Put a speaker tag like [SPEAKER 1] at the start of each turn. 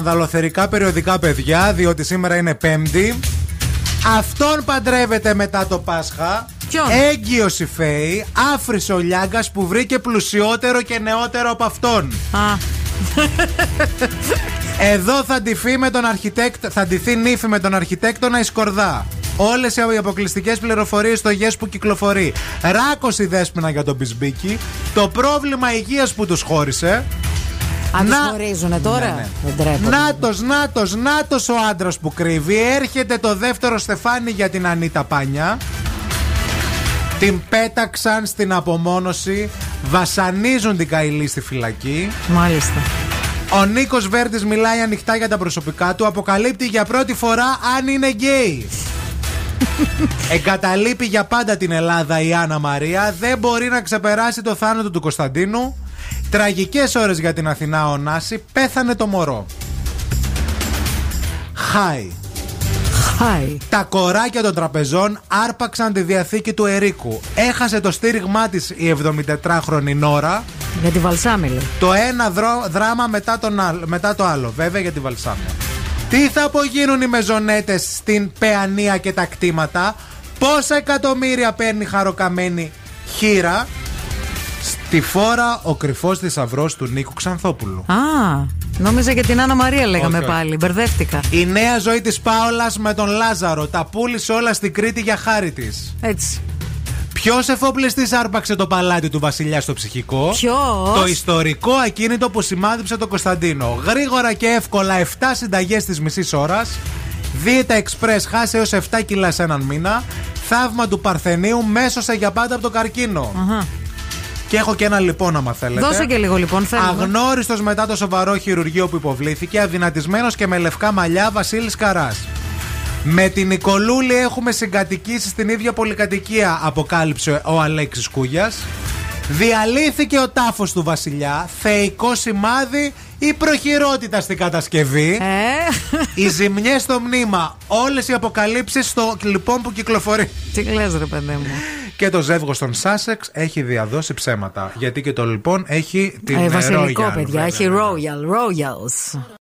[SPEAKER 1] σκανδαλοθερικά περιοδικά παιδιά, διότι σήμερα είναι Πέμπτη. Αυτόν παντρεύεται μετά το Πάσχα.
[SPEAKER 2] Ποιον?
[SPEAKER 1] Έγκυος η Φέη, άφρησε ο Λιάγκας που βρήκε πλουσιότερο και νεότερο από αυτόν.
[SPEAKER 2] Α,
[SPEAKER 1] Εδώ θα ντυθεί, με τον αρχιτέκτο, θα ντυθεί νύφη με τον αρχιτέκτονα η Σκορδά. Όλες οι αποκλειστικές πληροφορίες στο yes που κυκλοφορεί. Ράκος η δέσπινα για τον Μπισμπίκη. Το πρόβλημα υγείας που τους χώρισε.
[SPEAKER 2] αν τους
[SPEAKER 1] Να-
[SPEAKER 2] γνωρίζουνε τώρα.
[SPEAKER 1] Ναι, ναι.
[SPEAKER 2] Δεν τρέπονται.
[SPEAKER 1] Νάτος, νάτος, νάτος ο άντρας που κρύβει. Έρχεται το δεύτερο στεφάνι για την Ανίτα Πάνια. Την πέταξαν στην απομόνωση. Βασανίζουν την Καηλή στη φυλακή.
[SPEAKER 2] Μάλιστα.
[SPEAKER 1] Ο Νίκος Βέρτης μιλάει ανοιχτά για τα προσωπικά του. Αποκαλύπτει για πρώτη φορά αν είναι γκέι. Εγκαταλείπει για πάντα την Ελλάδα η Άννα Μαρία. Δεν μπορεί να ξεπεράσει το θάνατο του Κωνσταντίνου. Τραγικές ώρες για την Αθηνά ο Νάση. Πέθανε το μωρό. Χάι.
[SPEAKER 2] Χάι.
[SPEAKER 1] Τα κοράκια των τραπεζών άρπαξαν τη διαθήκη του Ερίκου. Έχασε το στήριγμά της η 74χρονη Νόρα.
[SPEAKER 2] Για τη Βαλσάμιλη.
[SPEAKER 1] Το ένα δρό- δράμα μετά, τον άλλο, μετά το άλλο, βέβαια για τη Βαλσάμια. Τι θα απογίνουν οι μεζονέτες στην Παιανία και τα κτήματα, πόσα εκατομμύρια παίρνει χαροκαμένη χείρα, στη φόρα ο κρυφός θησαυρός του Νίκου Ξανθόπουλου.
[SPEAKER 2] Α, νόμιζα για την Άννα Μαρία λέγαμε
[SPEAKER 1] Όχι, όχι.
[SPEAKER 2] πάλι. Μπερδεύτηκα.
[SPEAKER 1] Η νέα ζωή της Πάολας με τον Λάζαρο, τα πούλησε όλα στην Κρήτη για χάρη της.
[SPEAKER 2] Έτσι.
[SPEAKER 1] Ποιος εφοπλιστής άρπαξε το παλάτι του βασιλιά στο ψυχικό.
[SPEAKER 2] Ποιος?
[SPEAKER 1] Το ιστορικό ακίνητο που σημάδεψε τον Κωνσταντίνο. Γρήγορα και εύκολα 7 συνταγές της μισής ώρας. Δίαιτα εξπρές χάσε έως 7 κιλά σε έναν μήνα. Θαύμα του Παρθενίου μέσωσα για πάντα από τον καρκίνο.
[SPEAKER 2] Αχα.
[SPEAKER 1] Και έχω και ένα λοιπόν, άμα θέλετε.
[SPEAKER 2] Δώσε και λίγο λοιπόν. Θέλω.
[SPEAKER 1] Αγνώριστος μετά το σοβαρό χειρουργείο που υποβλήθηκε, αδυνατισμένος και με λευκά μαλλιά, Βασίλης Καράς. Με την Νικολούλη έχουμε συγκατοικήσει στην ίδια πολυκατοικία, αποκάλυψε ο Αλέξης Κούγιας. Διαλύθηκε ο τάφος του Βασιλιά, θεϊκό σημάδι ή προχειρότητα στην κατασκευή.
[SPEAKER 2] Ε,
[SPEAKER 1] Οι ζημιές στο μνήμα, όλες οι αποκαλύψεις στο λοιπόν που κυκλοφορεί.
[SPEAKER 2] τι λες ρε παιδί μου.
[SPEAKER 1] Και το ζεύγο των Σάσεξ έχει διαδώσει ψέματα. Γιατί και το λοιπόν έχει την
[SPEAKER 2] Ε, βασιλικό
[SPEAKER 1] Royal,
[SPEAKER 2] παιδιά.
[SPEAKER 1] βέβαια. ναι,
[SPEAKER 2] Έχει Royal, Royals.